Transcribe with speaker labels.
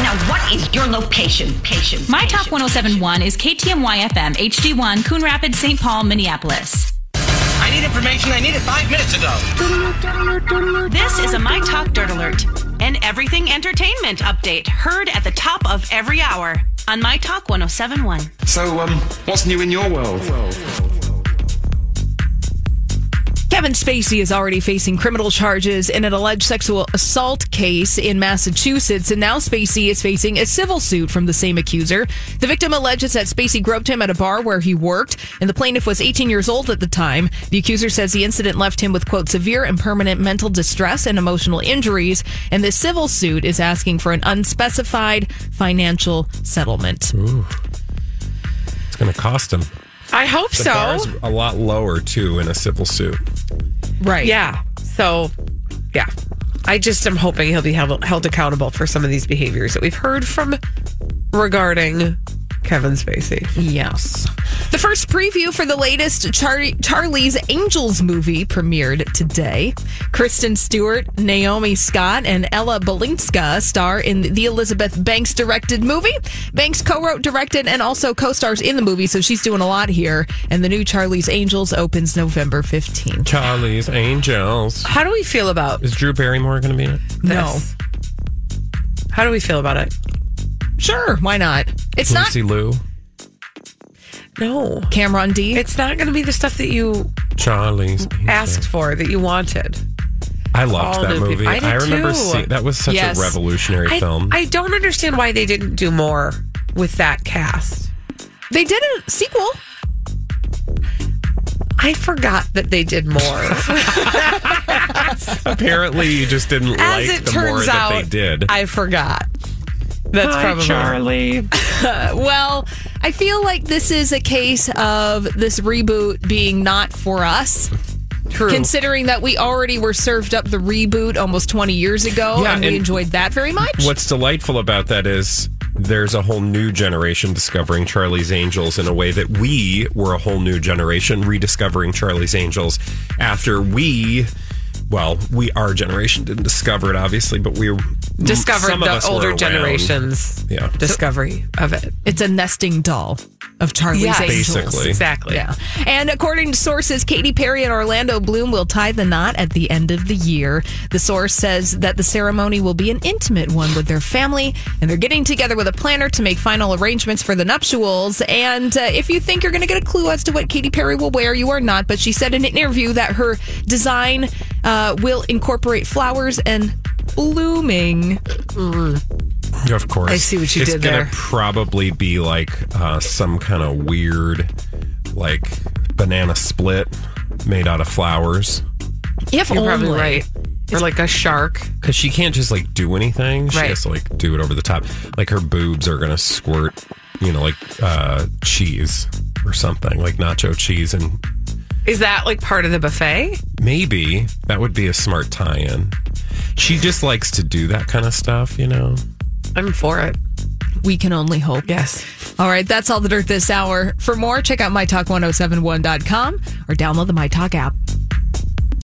Speaker 1: Now, what is your location? Patient.
Speaker 2: My top 1071 is KTMY FM HD1 Coon Rapids St. Paul Minneapolis.
Speaker 3: I need information. I needed five minutes ago.
Speaker 4: This is a My Talk Dirt Alert, an everything entertainment update heard at the top of every hour on My Talk 1071.
Speaker 5: So, um, what's new in your world?
Speaker 6: Kevin Spacey is already facing criminal charges in an alleged sexual assault case in Massachusetts, and now Spacey is facing a civil suit from the same accuser. The victim alleges that Spacey groped him at a bar where he worked, and the plaintiff was 18 years old at the time. The accuser says the incident left him with, quote, severe and permanent mental distress and emotional injuries, and the civil suit is asking for an unspecified financial settlement.
Speaker 7: It's going to cost him.
Speaker 8: I hope
Speaker 7: The
Speaker 8: so.
Speaker 7: bar's a lot lower too in a civil suit.
Speaker 6: Right.
Speaker 8: yeah. So, yeah. I just am hoping he'll be held, held accountable for some of these behaviors that we've heard from regarding Kevin Spacey.
Speaker 6: Yes. The first preview for the latest Char- Charlie's Angels movie premiered today. Kristen Stewart, Naomi Scott, and Ella Balinska star in the Elizabeth Banks directed movie. Banks co wrote, directed, and also co stars in the movie, so she's doing a lot here. And the new Charlie's Angels opens November 15th.
Speaker 7: Charlie's Angels.
Speaker 8: How do we feel about
Speaker 7: Is Drew Barrymore going to be in it?
Speaker 6: No.
Speaker 8: this? How do we feel about it?
Speaker 6: Sure, why not? It's not
Speaker 7: Lucy Liu.
Speaker 8: No.
Speaker 6: Cameron D.
Speaker 8: It's not going to be the stuff that you
Speaker 7: Charlie's Angels.
Speaker 8: asked for, that you wanted.
Speaker 7: I loved
Speaker 8: all
Speaker 7: that
Speaker 8: new
Speaker 7: movie.
Speaker 8: people. I did
Speaker 7: remember
Speaker 8: too.
Speaker 7: seeing that was such
Speaker 6: Yes.
Speaker 7: a revolutionary
Speaker 8: I,
Speaker 7: film.
Speaker 8: I don't understand why they didn't do more with that cast.
Speaker 6: they did a sequel.
Speaker 8: I forgot that they did more.
Speaker 7: Apparently, you just didn't
Speaker 8: As
Speaker 7: like
Speaker 8: it
Speaker 7: the more
Speaker 8: turns
Speaker 7: that
Speaker 8: out,
Speaker 7: they did.
Speaker 8: I forgot. That's probably
Speaker 6: Well, I feel like this is a case of this reboot being not for us.
Speaker 8: true.
Speaker 6: Considering that we already were served up the reboot almost 20 years ago
Speaker 7: Yeah,
Speaker 6: and we
Speaker 7: and-
Speaker 6: enjoyed that very much.
Speaker 7: What's delightful about that is there's a whole new generation discovering Charlie's Angels in a way that we were a whole new generation rediscovering Charlie's Angels after we. Well, we our generation didn't discover it, obviously, but we
Speaker 8: discovered
Speaker 7: some of
Speaker 8: the
Speaker 7: us were
Speaker 8: older
Speaker 7: around.
Speaker 8: generations
Speaker 7: Yeah,
Speaker 8: discovery of it.
Speaker 6: It's a nesting doll of Charlie's
Speaker 8: Yes.
Speaker 6: Angels.
Speaker 7: Basically.
Speaker 8: Exactly.
Speaker 6: Yeah. And according to sources, Katy Perry and Orlando Bloom will tie the knot at the end of the year. The source says that the ceremony will be an intimate one with their family, and they're getting together with a planner to make final arrangements for the nuptials. And uh, if you think you're going to get a clue as to what Katy Perry will wear, you are not. But she said in an interview that her design uh, will incorporate flowers and blooming.
Speaker 7: of course.
Speaker 8: I see what you
Speaker 7: it's
Speaker 8: did
Speaker 7: gonna
Speaker 8: there.
Speaker 7: probably be like uh, some kind of weird, like banana split made out of flowers.
Speaker 6: If
Speaker 8: You're
Speaker 6: only.
Speaker 8: probably right. Or like a shark.
Speaker 7: Because she can't just like do anything. She
Speaker 8: Right.
Speaker 7: has to like do it over the top. Like her boobs are going to squirt, you know, like uh, cheese or something, like nacho cheese. And
Speaker 8: Is that like part of the buffet?
Speaker 7: maybe that would be a smart tie in. She just likes to do that kind of stuff, you know?
Speaker 8: I'm for it.
Speaker 6: We can only hope.
Speaker 8: Yes.
Speaker 6: All right, oh that's all the dirt this hour. For more, check out mytalk1071.com or download the MyTalk app.